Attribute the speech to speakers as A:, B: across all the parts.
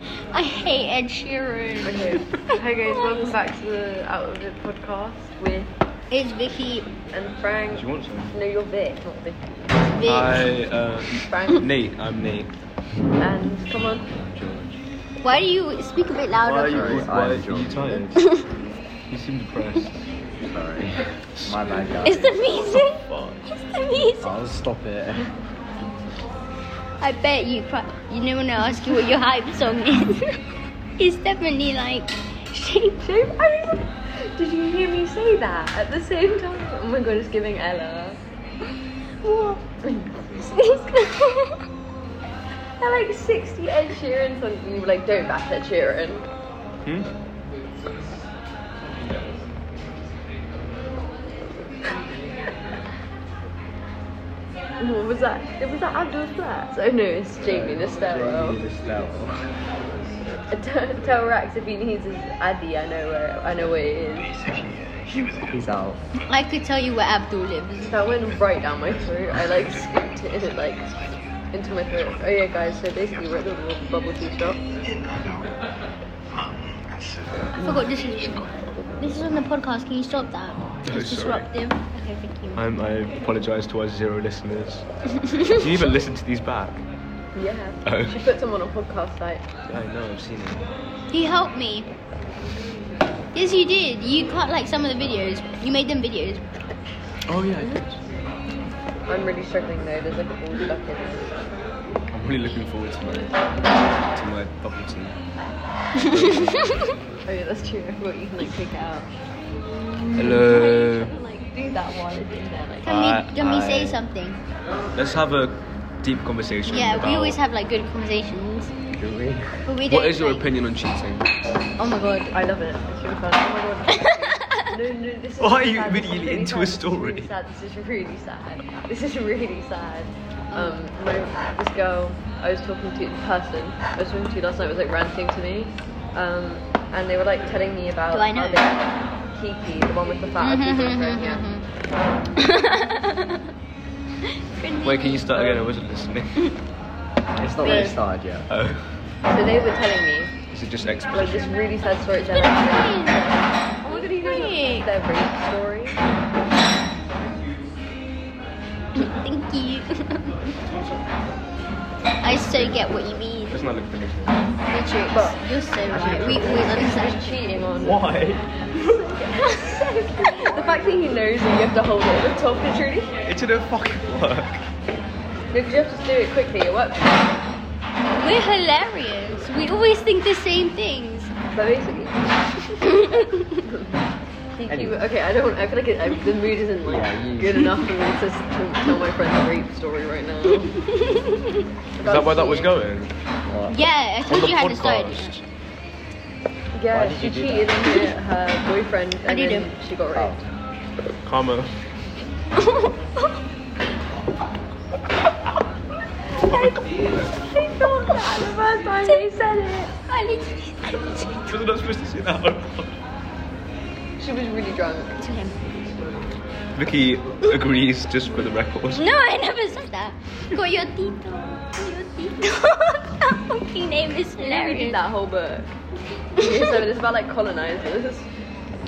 A: I hate Ed Sheeran. Oh
B: Okay. Hi guys, welcome back to the Out of It podcast with
A: It's Vicky.
B: and
C: Do
B: Frank.
C: you want some?
B: No, you're Vic, not Vicky.
A: Vic.
C: I, uh,
B: Frank
C: Nate. I'm Nate.
B: and come on.
C: George.
A: Why do you speak a bit
C: Why
A: louder?
C: are you,
D: Sorry,
C: why are
D: I'm
C: you
D: George.
C: tired? you seem depressed.
D: Sorry. My bad, guys.
A: It's the music.
C: Fuck.
A: It's the music.
D: I'll stop it.
A: I bet you. Pro- you know when I ask you what your hype song is, it's definitely like shape.
B: Shape. I was- Did you hear me say that at the same time? Oh my god, it's giving Ella.
A: What?
B: I like 60 Ed Sheeran songs and you were like, don't bash Ed Sheeran.
C: Hmm?
B: What was that? It was that Abdul's Flats. Oh no, it's Jamie the Sparrow.
D: Jamie the Sparrow.
B: Tell tell Rax if he needs his Addy, I know where I know where it is.
D: He's out.
A: I could tell you where Abdul lives.
B: That went right down my throat. I like scooped it and it like into my throat. Oh yeah guys, so basically we're at the little bubble tea shop.
A: I forgot this is. This is on the podcast. Can you stop that? It's
C: sorry.
A: disruptive. Okay, thank you.
C: I'm, I apologise to our zero listeners. Do you even listen to these back?
B: Yeah.
C: Oh.
B: She put someone on a podcast site.
C: I know, I've seen it.
A: He helped me. Yes, you did. You cut like some of the videos. You made them videos.
C: Oh yeah, I did.
B: I'm really struggling though, there's like a ball stuck in it.
C: I'm really looking forward to my to my bubble tea.
B: Oh yeah, that's true. I forgot you can like take it out.
C: Hello.
B: Like do that while it's in there, like
A: Can
C: I-
A: we can we say
C: I-
A: something?
C: Let's have a deep conversation.
A: Yeah, we
C: about-
A: always have like good conversations,
D: Do we?
A: but we don't.
C: What is your
A: like-
C: opinion on cheating?
A: Oh my god.
B: I love it. It's really fun. Oh my god. No, no, this is
C: Why are
B: really
C: you
B: sad. This is
C: immediately
B: really
C: into
B: sad.
C: a
B: This is
C: story?
B: Really sad. This is really sad. This is really sad. Um, my, this girl I was talking to, the person I was talking to last night was like ranting to me, um, and they were like telling me about
A: Do I
B: how
A: know? Mm-hmm,
B: they Kiki, the one with the fat ass, people in her own, yeah.
C: Wait, can you start again? I wasn't listening.
D: It's not really started yet.
C: Oh,
B: So they were telling me
C: is it just
B: like
C: exposition?
B: this really sad story. Jenna. Oh my god, you know
A: Frank.
B: their rape story.
A: Thank you. I so get what you mean.
C: Let's not look finished.
A: Matrix,
B: But-
A: you're so right. We always understand.
B: She's cheating on.
C: Why?
B: the fact that he knows that you have to hold it at the top is really. No,
C: It didn't fucking work.
B: 'cause you have to do it quickly. It works.
A: We're hilarious. We always think the same things.
B: But basically. He- he- okay, I don't. I feel like it, I, the mood isn't like
D: Yeah, you-
B: good enough for me to, s- to tell my friend a rape story right now. Is
C: Is that where that was going?
D: What?
A: Yeah, I
C: On
A: told
C: the
A: you how to start.
C: podcast.
B: Yeah,
D: Why did
B: she
D: you do
B: cheated on her, her boyfriend, and
A: did
B: then
A: it.
B: she got raped.
D: Oh.
C: Karma.
B: They thought that the first time they said it.
A: I literally said
C: Was I not supposed to say that?
B: She was really drunk.
A: it to him.
C: Vicky agrees just for the record.
A: No, I never said that. Coyotito. Coyotito. that fucking name is
B: She read
A: hilarious.
B: that whole book. Okay, so it's about like colonizers.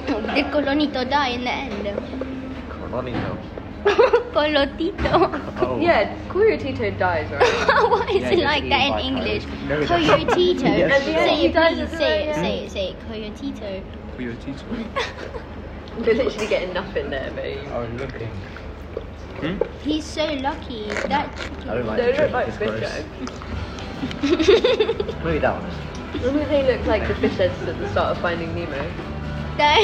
A: Did Colonito die in the end?
D: Ronnie Hill.
A: Colotito.
D: Oh.
B: Yeah, Coyotito dies, right?
A: Why is
D: Yeah,
A: it
D: you're
A: like that in
D: eating by
A: English?
D: coyotes. No, that's-
A: Coyotito.
D: Yes.
B: At the end,
A: Say
B: he
A: it,
B: dies
A: please.
B: at the
A: Say it,
B: end.
A: say it, say it. Coyotito.
C: For your teacher.
B: You're literally getting nothing there, babe.
D: I was Oh. looking.
C: Hmm?
A: He's so lucky. That
D: I don't like
B: They
D: the
B: look
D: drink,
B: like
D: it's
B: fish
D: gross. Maybe that one is.
B: eggs. Remember they look like the fish eggs at the start of Finding Nemo?
A: that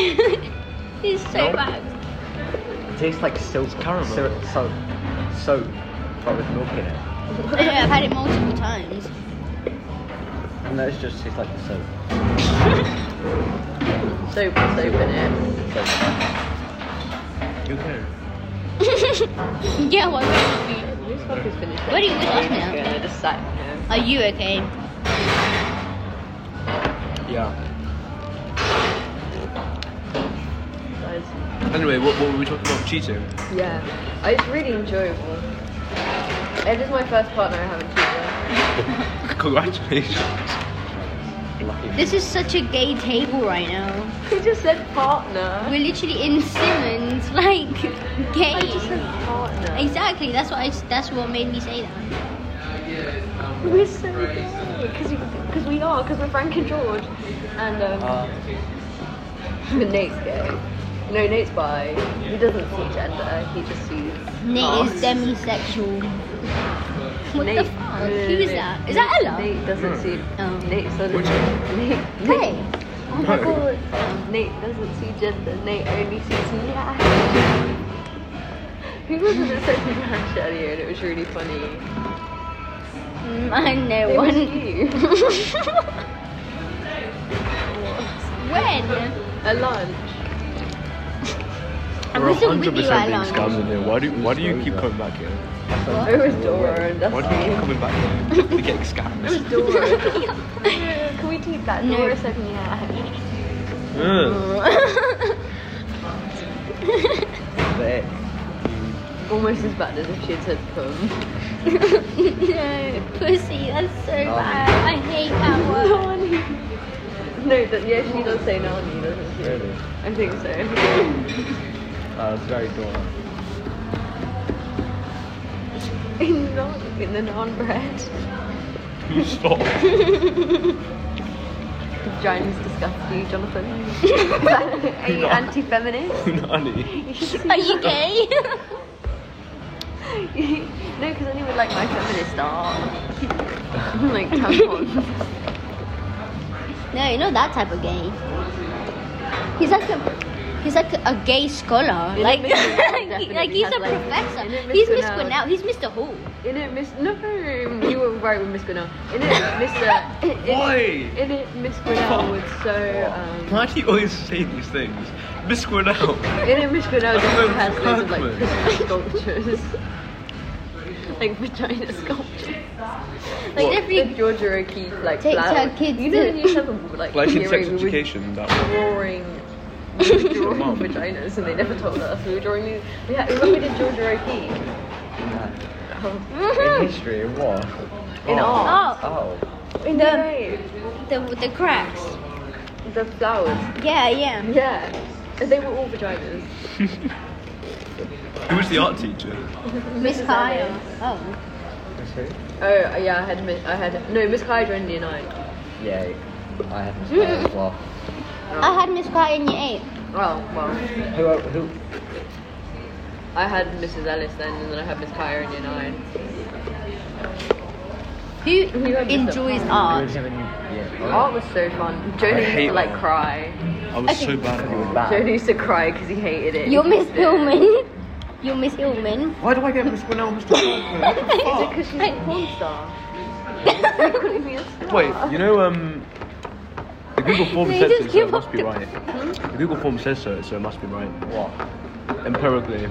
A: is so
D: No.
A: bad.
D: It tastes like silk.
C: caramel.
D: Syrup, soap. Soap. But with milk in it.
A: Yeah, I've had it multiple times.
D: And that just tastes like the soap.
B: Soap and soap in it.
C: You okay?
A: yeah, what will be?
B: Who's fuck is finished?
A: What are you
B: eggs?
A: looking at?
B: Yeah, just sat here.
A: Are you okay?
C: Yeah.
B: Guys.
C: Anyway, what, what were we talking about? Cheating.
B: Yeah, it's really enjoyable. Ed is my first partner I haven't cheated.
C: Congratulations.
D: Lucky.
A: This is such a gay table right now.
B: He just said partner.
A: We're literally in Simmons, like gay.
B: I just said partner.
A: Exactly. That's what I, that's what made me say that.
B: We're so because because we are because we're Frank and George, and um,
D: Uh,
B: but Nate's gay. No, Nate's bi. He doesn't see gender. He just sees.
A: Nate
B: arse.
A: is demisexual. What
B: Oh.
A: the
B: Nate,
A: fuck?
B: no, no,
A: Who is
B: no,
A: that? Is
B: Nate-
A: that Ella?
B: Nate doesn't see.
A: Oh.
B: Nate doesn't.
C: Which-
B: Nate.
A: Hey.
B: Oh my
C: No.
B: god. Nate doesn't see gender. Nate only sees Nash. Who was it that said Nash earlier? And it was really funny.
A: Mm, I know
B: It was
A: one.
B: you.
A: when?
B: At lunch.
A: I
C: We're
A: wasn't with
C: 100%
A: you at
C: being
A: lunch.
C: scams in here. Why do, why do you keep coming back here?
B: It was Dora and
C: Why do you keep
B: Dusty.
C: coming back here? We're getting
B: It was
C: scammed.
B: Dora. Can we keep that?
A: No.
B: Dora said Nash.
C: Ugh.
D: there.
B: Almost as bad as if she had said cum.
A: no, pussy, that's so bad. I hate that word.
B: Nani. No, that, yeah, she does say Nani, doesn't she?
D: Really?
B: I think so.
D: Uh, very Dora.
B: In Nani, in the non bread.
C: You stop.
B: Giant is disgusting, Jonathan. Are you
C: No.
B: anti feminist?
C: Nani.
B: You should
A: Are you gay?
B: see. no, because anyone would like my feminist art. like tampons.
A: no, you're not that type of gay. He's like a he's like a gay scholar.
B: Yeah,
A: like
B: Miss Cornell definitely
A: like he's
B: has,
A: a
B: like-
A: professor.
B: Yeah, Miss
A: he's Miss
B: Cornell.
A: Cornell. He's Mr. Hall.
B: In it, Miss. No, you were right with Miss Grinnell. In it, Mr. in it-
C: Why?
B: In it, Miss Grinnell was so. Um,
C: Why do you always say these things? Miss Cornell.
B: in it, Miss Grinnell just
C: Herman
B: has loads of like
C: Kirkman.
B: Christmas sculptures, like vagina sculptures.
A: Like
C: What?
A: every
B: Like Georgia O'Keeffe, like
A: Takes her
B: flowers.
A: kids
B: You know,
A: to-
B: when you have a, like
C: Like in
B: hearing,
C: sex
B: we were
C: education, that one.
B: drawing we were drawing
C: Mum.
B: vaginas and they never told us. We were drawing these we had remember we did Georgia O'Keeffe
D: Yeah.
B: um,
D: In history, in what?
B: in art.
A: oh
D: Oh.
B: In
A: the-
B: the
A: the the cracks.
B: the flowers.
A: Yeah, yeah.
B: Yeah. And they were all vaginas.
C: Who was the art teacher?
A: Miss
B: Mrs.
A: Kyle.
B: Ellis.
A: Oh.
D: That's who?
B: Oh yeah, I had mi- I had no Miss Kai joined year nine.
D: Yeah, I had Miss Kyle as well.
A: I had Miss Kyle in year eight.
B: Oh, Well, well,
D: Who, el- who?
B: I had Mrs. Ellis then, and then I had Miss Kaya in year nine.
A: Who
B: You had Mr.
A: enjoys
B: Uh,
D: who was
A: art?
D: having you? Yeah.
B: Art was so fun. Jody used
C: hate
B: to like
C: art.
B: cry.
C: I was
A: Okay.
C: so bad
B: Oh.
C: at
D: You were
C: art.
D: bad.
B: Jody used to cry because he hated it.
A: You're Miss Hillman. You're Miss Hillman.
D: Why do I get Miss Grinnell, Mr. Kirkman?
B: Because she's a porn star. You're calling me a star.
C: Wait, you know, um, the Google form
A: They
C: says
A: just
C: so, so
A: give
C: it must
A: up
C: be
A: the-
C: right.
B: Hmm?
C: The Google form says so, so it must be right.
D: What?
C: Empirically.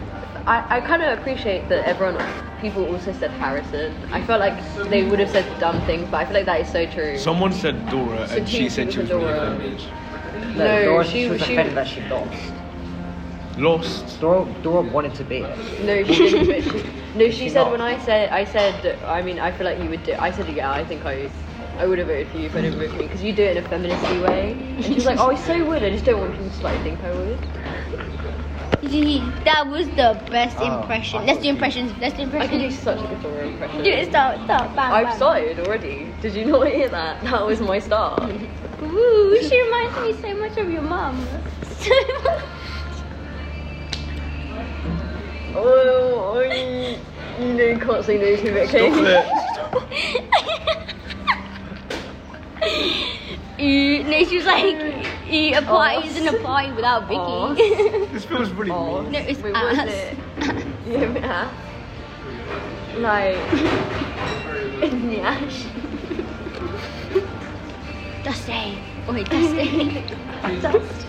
B: I, I kind of appreciate that everyone, people also said Harrison. I felt like they would have said dumb things, but I feel like that is so true.
C: Someone said Dora,
B: So
C: and she
B: Keith
C: said she
B: was
C: was
B: a
C: really
B: Dora.
C: feminist.
D: No,
B: No,
D: Dora,
B: she-
D: she, was
B: she-
D: offended that she lost.
C: Lost.
D: Dora, Dora wanted to be it.
B: no, she didn't. But she, no, she
D: She
B: said
D: not.
B: when I said, I said, I mean, I feel like you would do. I said, yeah, I think I, I would have voted for you if I didn't vote for me because you do it in a feministy way. And she's like, oh, I so would. I just don't want people to like think I would.
A: He- that was the best
D: Oh,
A: impression.
D: I
A: Let's do
D: thought you-
A: impressions. Let's do
B: I could do
A: impressions.
B: such a good Dora impression.
A: Do it. Start. Start. Bam.
B: I've
A: bam.
B: started already. Did you not hear that? That was my start.
A: Woo! She reminds me so much of your mum. So much.
B: Oh, I, you know, you can't say no to it, okay?
C: Stop it.
A: Ew, no, she was like, ew, a party isn't a party without Vicky.
C: This feels really
B: Oh.
C: mean.
A: no, it's
B: Wait, what is
A: ass.
B: it? Yeah. Like Nash.
A: Dusty. Wait, Dusty.
B: Dust.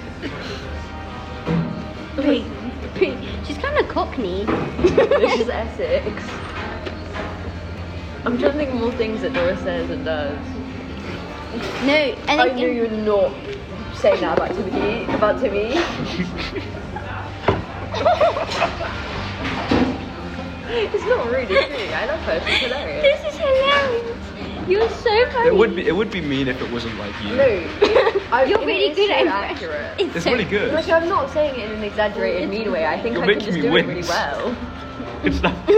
A: Wait. She's kind of cockney.
B: This is Essex. I'm trying to think of more things that Dora says and does.
A: No, and
B: I
A: then
B: knew you were not saying that about Timothy about Timmy. it's not rude, it's true. I love her, she's hilarious.
A: this is hilarious. You're so funny.
C: It would be it would be mean if it wasn't like you.
B: No, I-
A: You're
B: it
A: really
B: is
A: good
B: so
A: at
B: accurate.
A: It's,
C: It's
A: so
C: really good.
B: Like I'm not saying it in an exaggerated mean way. I think
C: You're
B: I can
C: making
B: just
C: me
B: do it really
C: wince.
B: well.
C: It's not.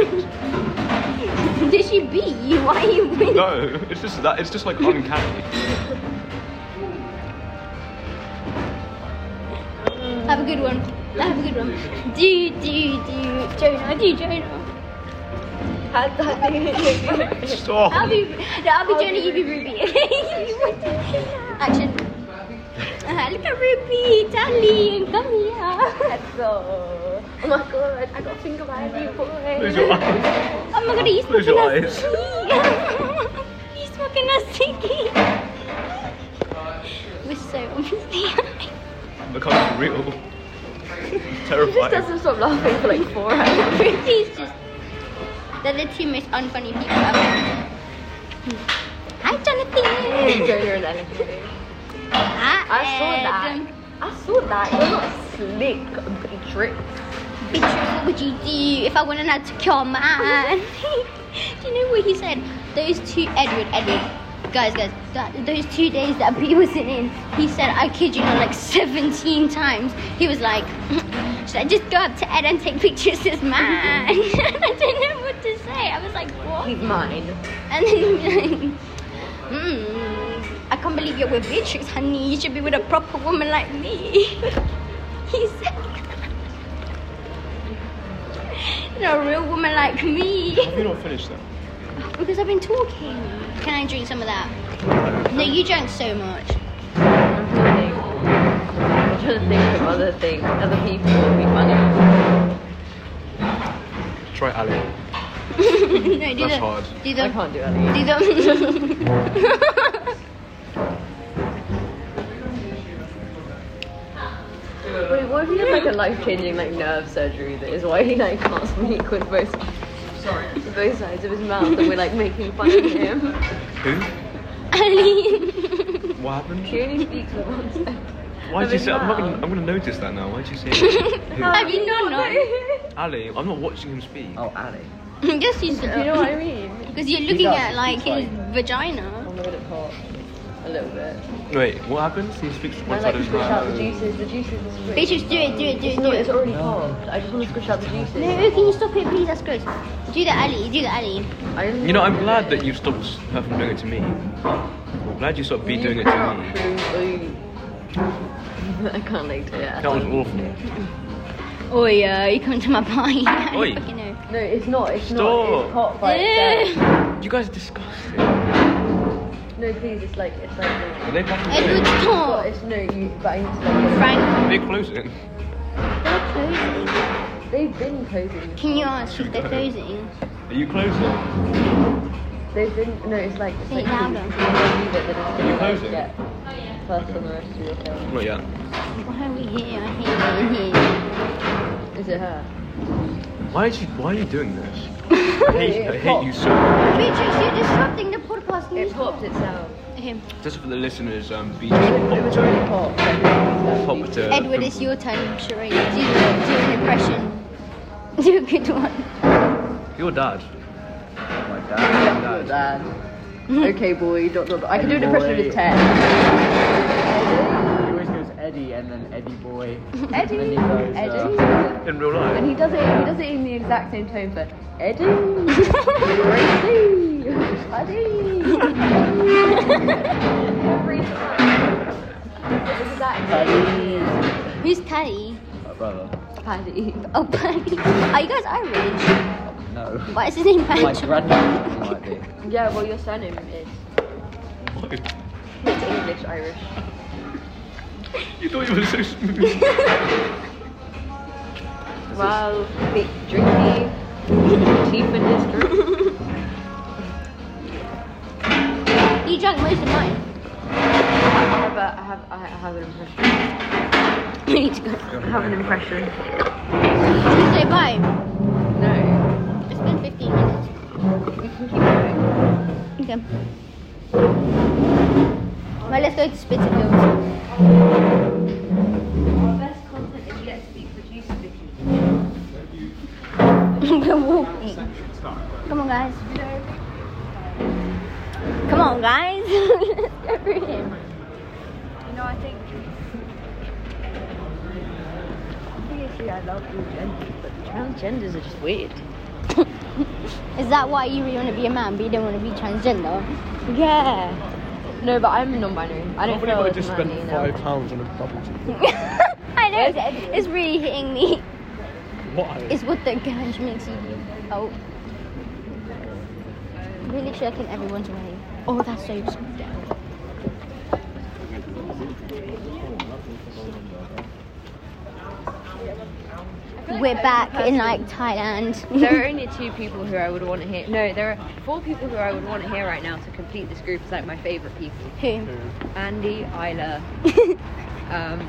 A: Did she beat you? Why are you winning?
C: No, it's just that. It's just like uncanny.
A: Have a good one. Have a good one. Do, do, do. Jonah, do, Jonah.
B: Had that thing.
A: I'll
C: Stop.
A: be, no, I'll be Jonah, you be Ruby. You want to- Action. Uh, look at Ruby, darling, come here.
B: Let's go. Oh my god, I got finger by you
C: Close
B: boy.
C: your eyes.
A: Oh my god, he's
C: Close
A: smoking
C: your
A: us
C: eyes.
A: sticky. he's smoking us sticky. We're so obviously.
C: Becomes real.
B: He just
C: Terrifying.
B: doesn't stop laughing for like four hours.
A: Ruby's just. They're the two most unfunny people ever. Hi, Jonathan.
B: Jonah and Ellen. I saw that. I saw that. You're not slick, but you trick.
A: Bitch, what would you do if I went and had to kill a man? do you know what he said? Those two, Edward, Edward, guys, guys, that, those two days that B wasn't in, he said, I kid you not, like 17 times. He was like, should I just go up to Ed and take pictures of this man? I didn't know what to say. I was like, what?
B: He's mine.
A: And then he was like, mm, I can't believe you're with Beatrix, honey. You should be with a proper woman like me. he said, you know, a real woman like me.
C: Have you not finished that?
A: Because I've been talking. Can I drink some of that? No, you drank so much.
B: I'm trying to think. I'm trying to think of other things, other people would be funny.
C: Try Ali.
A: no, do
C: That's
A: the,
C: hard.
A: Do the,
B: I can't do any.
A: do the.
B: Wait, what if he had like a life-changing like nerve surgery that is why he like can't speak with both with both sides of his mouth and we're like making fun of him.
C: Who?
A: Ali.
C: What
B: He
C: happened?
B: only speaks with one side.
C: Why
B: of
C: did you
B: his
C: say? I'm, not
B: mouth.
C: gonna, I'm gonna notice that now. Why did you say? Who?
A: Have you not known?
C: Ali. I'm not watching him speak.
D: Oh, Ali.
A: yes, you
B: Do you know what I mean?
A: Because you're looking
D: does,
A: at like his
D: he's
B: I'm
A: vagina.
B: a bit hot. A little bit.
C: Wait, what happens? He speaks
B: I like
C: one side
B: to
C: of his
B: squish out the
C: mouth.
B: juices. The juices is free.
A: Beatrice, do it, do it, do it,
B: It's
A: do
B: not,
A: it.
B: it's already hot. I just want to squish out the juices.
A: No, can you stop it, please? That's gross. Do the alley, do the alley.
B: I just
C: You know,
B: want
C: I'm
B: to
C: glad
B: do
C: that you've stopped her from doing it to me. I'm glad you stopped
B: it.
C: me doing it to me.
B: Absolutely. I can't like do it.
C: That was awful.
A: Oh yeah, you come to my party. I
C: Oi.
A: fucking know.
B: No, it's not. It's not.
C: Stop.
B: It's hot by itself.
A: Ugh.
C: You guys are disgusting.
B: No, please. It's like it's like.
C: Are they back in
A: Edward's
B: But
C: place?
A: tall.
B: it's no. You, but I need to like.
A: Frank,
C: Are they closing?
A: they're closing.
B: They've been closing.
A: Can you ask if they're closing?
C: Are you closing?
B: They've been. No, it's like. It's
A: Say
B: like.
A: it louder.
C: Are you
B: You're
C: closing?
B: Get plus on the rest of your film.
C: Not yet.
A: Why are we here? Here, here.
B: Is it her?
C: Why did you? Why are you doing this? I hate, I hate you so. much.
A: Beatrice, you're disrupting the podcast. Can you
B: It
A: stop?
B: popped itself.
A: Okay.
C: Just for the listeners, um, be
B: It was already
C: just
B: hot. so I think
C: pop,
B: it's
C: pop
B: louder.
C: to.
A: Edward, it's your turn. Sheree, do, the- do an impression. Do a good one.
C: Your dad.
D: Oh My
B: Yeah,
D: dad.
B: Dad. Okay, boy. Dot, dot, dot. I can do an impression of his
D: Boy.
B: ted.
D: He always goes Eddie and then Eddie boy.
B: Eddie.
D: And he goes, uh,
B: Eddie.
C: In real life.
B: And he does it. He does it in the exact same tone, but Eddie. Crazy. Eddie. Every time. It's Exactly.
D: Eddie.
A: Who's Teddy?
D: My uh, brother.
B: Paddy.
A: Oh, Paddy. Are you guys Irish?
D: No.
A: Why is his name
D: My
A: Patrick?
D: granddad might be.
B: Yeah, well, your surname is it's English Irish.
C: you thought you were so smooth.
B: Wow, big drinky, chief in history.
A: you drank most of mine.
B: I have a, I have, I have an impression.
A: We need to go.
B: I have an impression.
A: Should we say bye?
B: No,
A: It's been 15 minutes.
B: we can keep going.
A: Okay. Right, let's go to Spitalfields. We're walking. Come on, guys. Come on, guys. Let's go through him.
E: You know, I think. I think actually I love all genders, but
B: Transgenders are just weird.
A: Is that why you really want to be a man, but you don't want to be transgender?
B: Yeah. No, but I'm non-binary. I don't
C: Can't believe
B: feel
C: I
B: as
C: just
B: manly
C: spent
B: now.
C: five pounds on a bubble tea.
A: I know it's, it's really hitting me.
C: Why?
A: It's what the ganj makes you do. Oh. Really shaking everyone's way. Oh, that's so down. We're back in like
B: there are
A: Thailand.
B: only two people who I would want to hear. No, there are four people who I would want to hear right now to complete this group. It's like my favorite people:
A: Who?
B: Andy, Isla, um,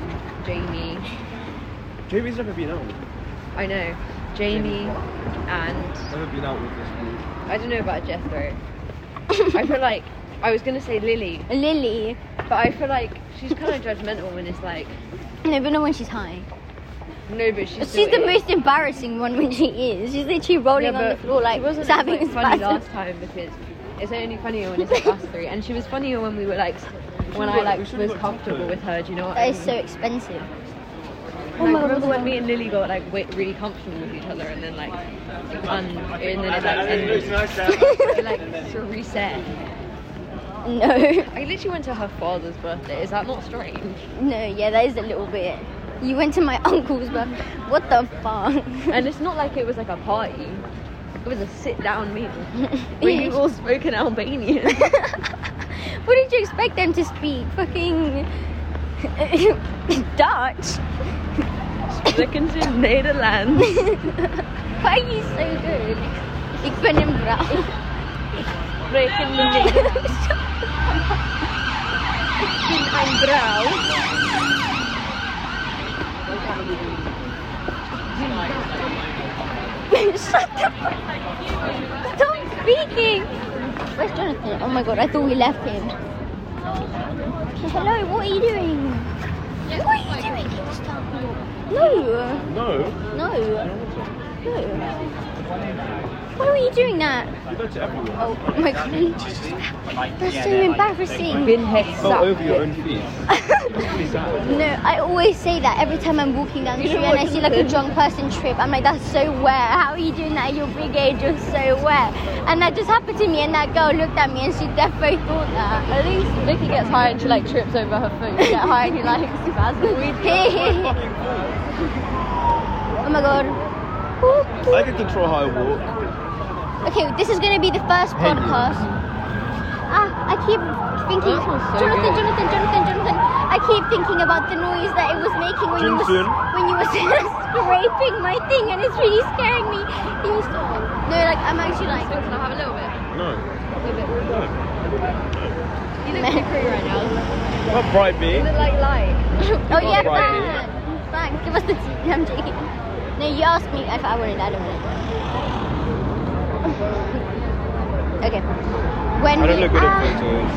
B: Jamie.
C: Jamie's never been out.
B: I know, Jamie, and
C: Never been out with this group.
B: I don't know about Jethro. I feel like I was gonna say Lily,
A: Lily.
B: but I feel like she's kind of judgmental when it's like
A: No, but not when she's high.
B: no, but she's
A: She's
B: still
A: the
B: is.
A: most embarrassing one when she is. She's literally rolling on the
B: but
A: floor like
B: it wasn't
A: stabbing
B: like,
A: a
B: funny
A: spasm.
B: last time because it's only funnier when it's like us three, and she was funnier when we were like when I like was comfortable with her. Do you know what I
A: That
B: mean?
A: is so expensive.
B: And I remember when me and Lily got like wi- really comfortable with each other, and then like un- and then it, like ended. It, like sort of reset.
A: no.
B: I literally went to her father's birthday. Is that not strange?
A: No, yeah, that is a little bit. You went to my uncle's, but what the fuck?
B: And it's not like it was like a party. It was a sit down meal where you all spoke in Albanian.
A: what did you expect them to speak? Fucking Dutch.
B: Looking to Nederland.
A: Why are you so good? Ik ben in brown.
B: Breaking I'm brow.
A: Shut the fuck. Stop speaking. Where's Jonathan? Oh my god, I thought we left him. Hello, what are you doing? What are you doing? Can you stop? No.
C: No,
A: No. No. Why were you doing that?
C: you go to everyone.
A: Oh my god, I need to just That's so embarrassing.
B: Been hex
C: Fell over your own feet.
A: no, I always say that every time I'm walking down the street and I see like a drunk person trip. I'm like, that's so wet. How are you doing that at your big age? You're so wet. And that just happened to me, and that girl looked at me and she definitely thought that.
B: At least Vicky gets high and she like trips over her foot. You get high and you like spasm.
A: oh my god. Ooh.
C: I can control how I walk.
A: Okay, this is gonna be the first podcast. Ah, I keep thinking,
B: That sounds so
A: Jonathan,
B: good.
A: Jonathan, Jonathan, Jonathan. I keep thinking about the noise that it was making when you
C: Jonathan.
A: was when you was scraping my thing, and it's really scaring me. He was no, like I'm actually like
B: Can I have a little bit?
C: No.
B: A little bit.
C: No.
B: You look hickory right now.
C: Not bright
B: You
C: me.
B: look like light.
A: oh yeah,
C: Right.
A: fine, fine. Give us the tea. I'm joking. No, you asked me if I wanted. I don't want it. okay. When
C: I don't
A: we,
C: look good
A: ah,
C: at photos.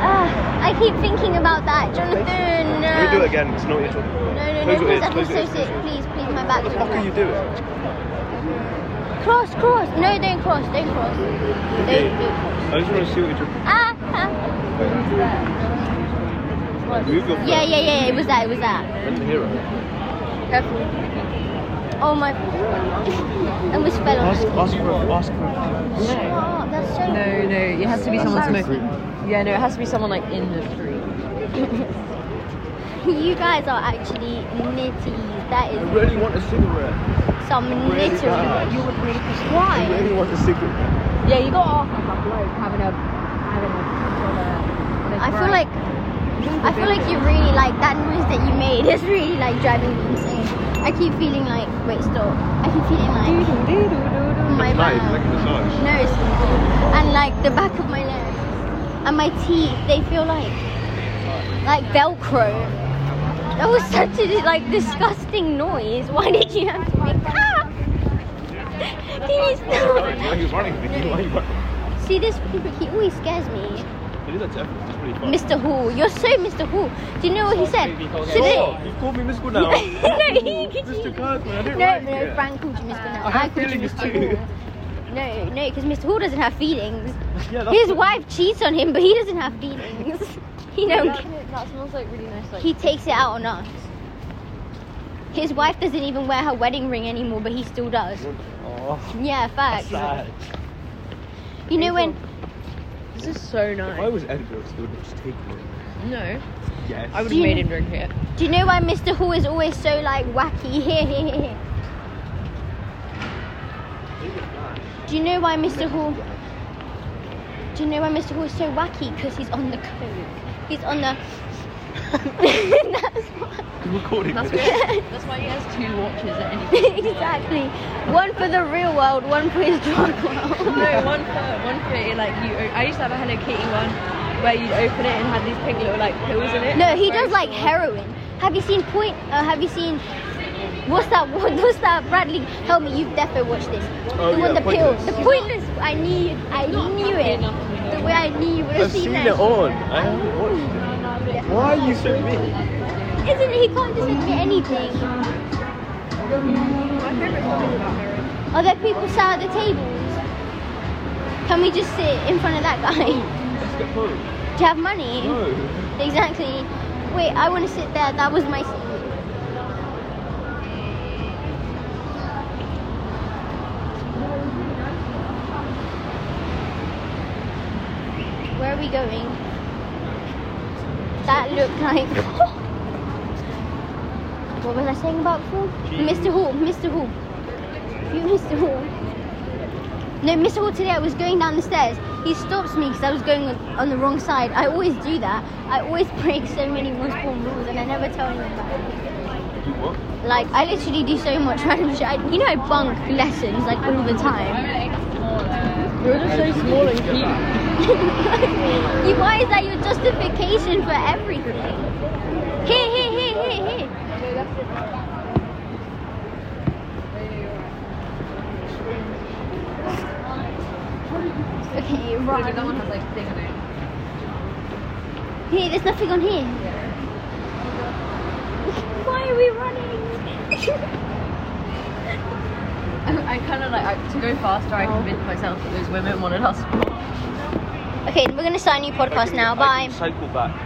A: ah, I keep thinking about that, Jonathan.
C: Let me do it again. It's not your job.
A: No, no, no,
C: Close your
A: please,
C: ears.
A: I can
C: Close your
A: so
C: ears.
A: sick. Please, please, my back.
C: What the fuck are you doing?
A: Cross, cross. No, don't cross, don't cross. Don't, don't cross.
C: I just want to see what you're doing.
A: Ah, ah.
C: Move your foot.
A: Yeah, yeah, yeah, it was that, it was that.
C: I'm the hero.
B: Careful.
A: Oh my. Almost fell off.
C: Ask, ask for, ask for.
B: No.
A: Oh, that's so.
B: No, no. It has to be someone
A: Sorry.
B: smoking. Yeah, no. It has to be someone like in the street.
A: You guys are actually nitties. That
C: I
A: is
C: really want a cigarette.
A: some
C: Really
A: nittery.
C: bad. You would really. I
A: Why?
C: really want a cigarette.
B: Yeah, you got off like a bloke having a having a.
A: I feel like I feel like you really like that noise that you made is really like driving me insane. I keep feeling like wait stop. I keep feeling like my
C: Nice,
A: back.
C: like a massage.
A: nose and like the back of my nose and my teeth they feel like like velcro that was such a like disgusting noise why did you have to make ah! can you
C: Why are
A: stop
C: you running, Vicky? Why are you running?
A: see this rubric he always scares me
C: You did that to everyone. It's really fun.
A: mr hall you're so mr hall do you know what he said today
C: Oh, you've called me Miss Good now.
A: no, he,
C: Mr. Cardman, I
A: no,
C: don't like
A: no,
C: it.
A: Frank called you Mr. Now.
C: I have
A: called you
C: feelings
A: Mr.
C: too.
A: Hall. No, no, because Mr. Hall doesn't have feelings.
D: Yeah, that's
A: His
D: what-
A: wife cheats on him, but he doesn't have feelings. he don't.
B: That, that smells like really nice. Like
A: He takes it out on us. His wife doesn't even wear her wedding ring anymore, but he still does.
D: Oh,
A: Yeah,
D: that's
A: facts.
D: sad.
A: You know when?
B: this is so
C: If I
B: nice.
C: was Edgar, it would have just taken it.
B: No,
C: Yes.
B: I would
A: Do
B: have
A: you-
B: made him drink it.
A: Do you know why Mr. Hall is always so like wacky? Do you know why Mr. Hall? Do you know why Mr. Hall is so wacky? Because he's on the coke. He's on the. That's why.
C: You're recording
B: That's
C: this.
B: why. That's why he has two watches at any. point.
A: exactly. One for the real world, one for his drug world.
B: No, one for one for like you. o- I used to have a Hello Kitty one where you'd open it and had these pink little like pills in it.
A: No, he
B: Very
A: does like
B: small.
A: heroin. Have you seen Point? Uh, have you seen? What's that? What, what's that? Bradley, help me. You've definitely watched this.
C: Oh,
A: the one, the
C: yeah,
A: pill,
C: Pointless.
A: the pointless. I knew. I knew it. The way I knew you would have
D: I've
A: seen
D: seen
A: that.
D: it on. I
C: Oh.
D: haven't watched it. Why are you so mean?
A: Isn't it? He can't just admit anything. Are there people sat at the tables? Can we just sit in front of that guy? Do
C: Let's get home.
A: you have money?
C: No.
A: Exactly. Wait, I want to sit there. That was my seat. Where are we going? That looked like. what was I saying about food? Mr. Hall, Mr. Hall. You, Mr. Hall. No, Mr. Hall today, I was going down the stairs. He stops me because I was going on, on the wrong side. I always do that. I always break so many Wishborn rules and I never tell anyone about it.
C: You what?
A: Like, I literally do so much random shit. I, you know, I bunk lessons like all the time.
B: You're just so small and cute.
A: you, why is that your justification for everything? Here, here, here, here, here. Okay, right.
B: That one has like thing on it.
A: Here, there's nothing on here. Why are we running?
B: I, I kind of like I, to go faster.
A: Oh.
B: I convinced myself that those women wanted us.
A: okay, we're gonna start a new podcast now.
C: I
A: Bye.
C: can cycle back and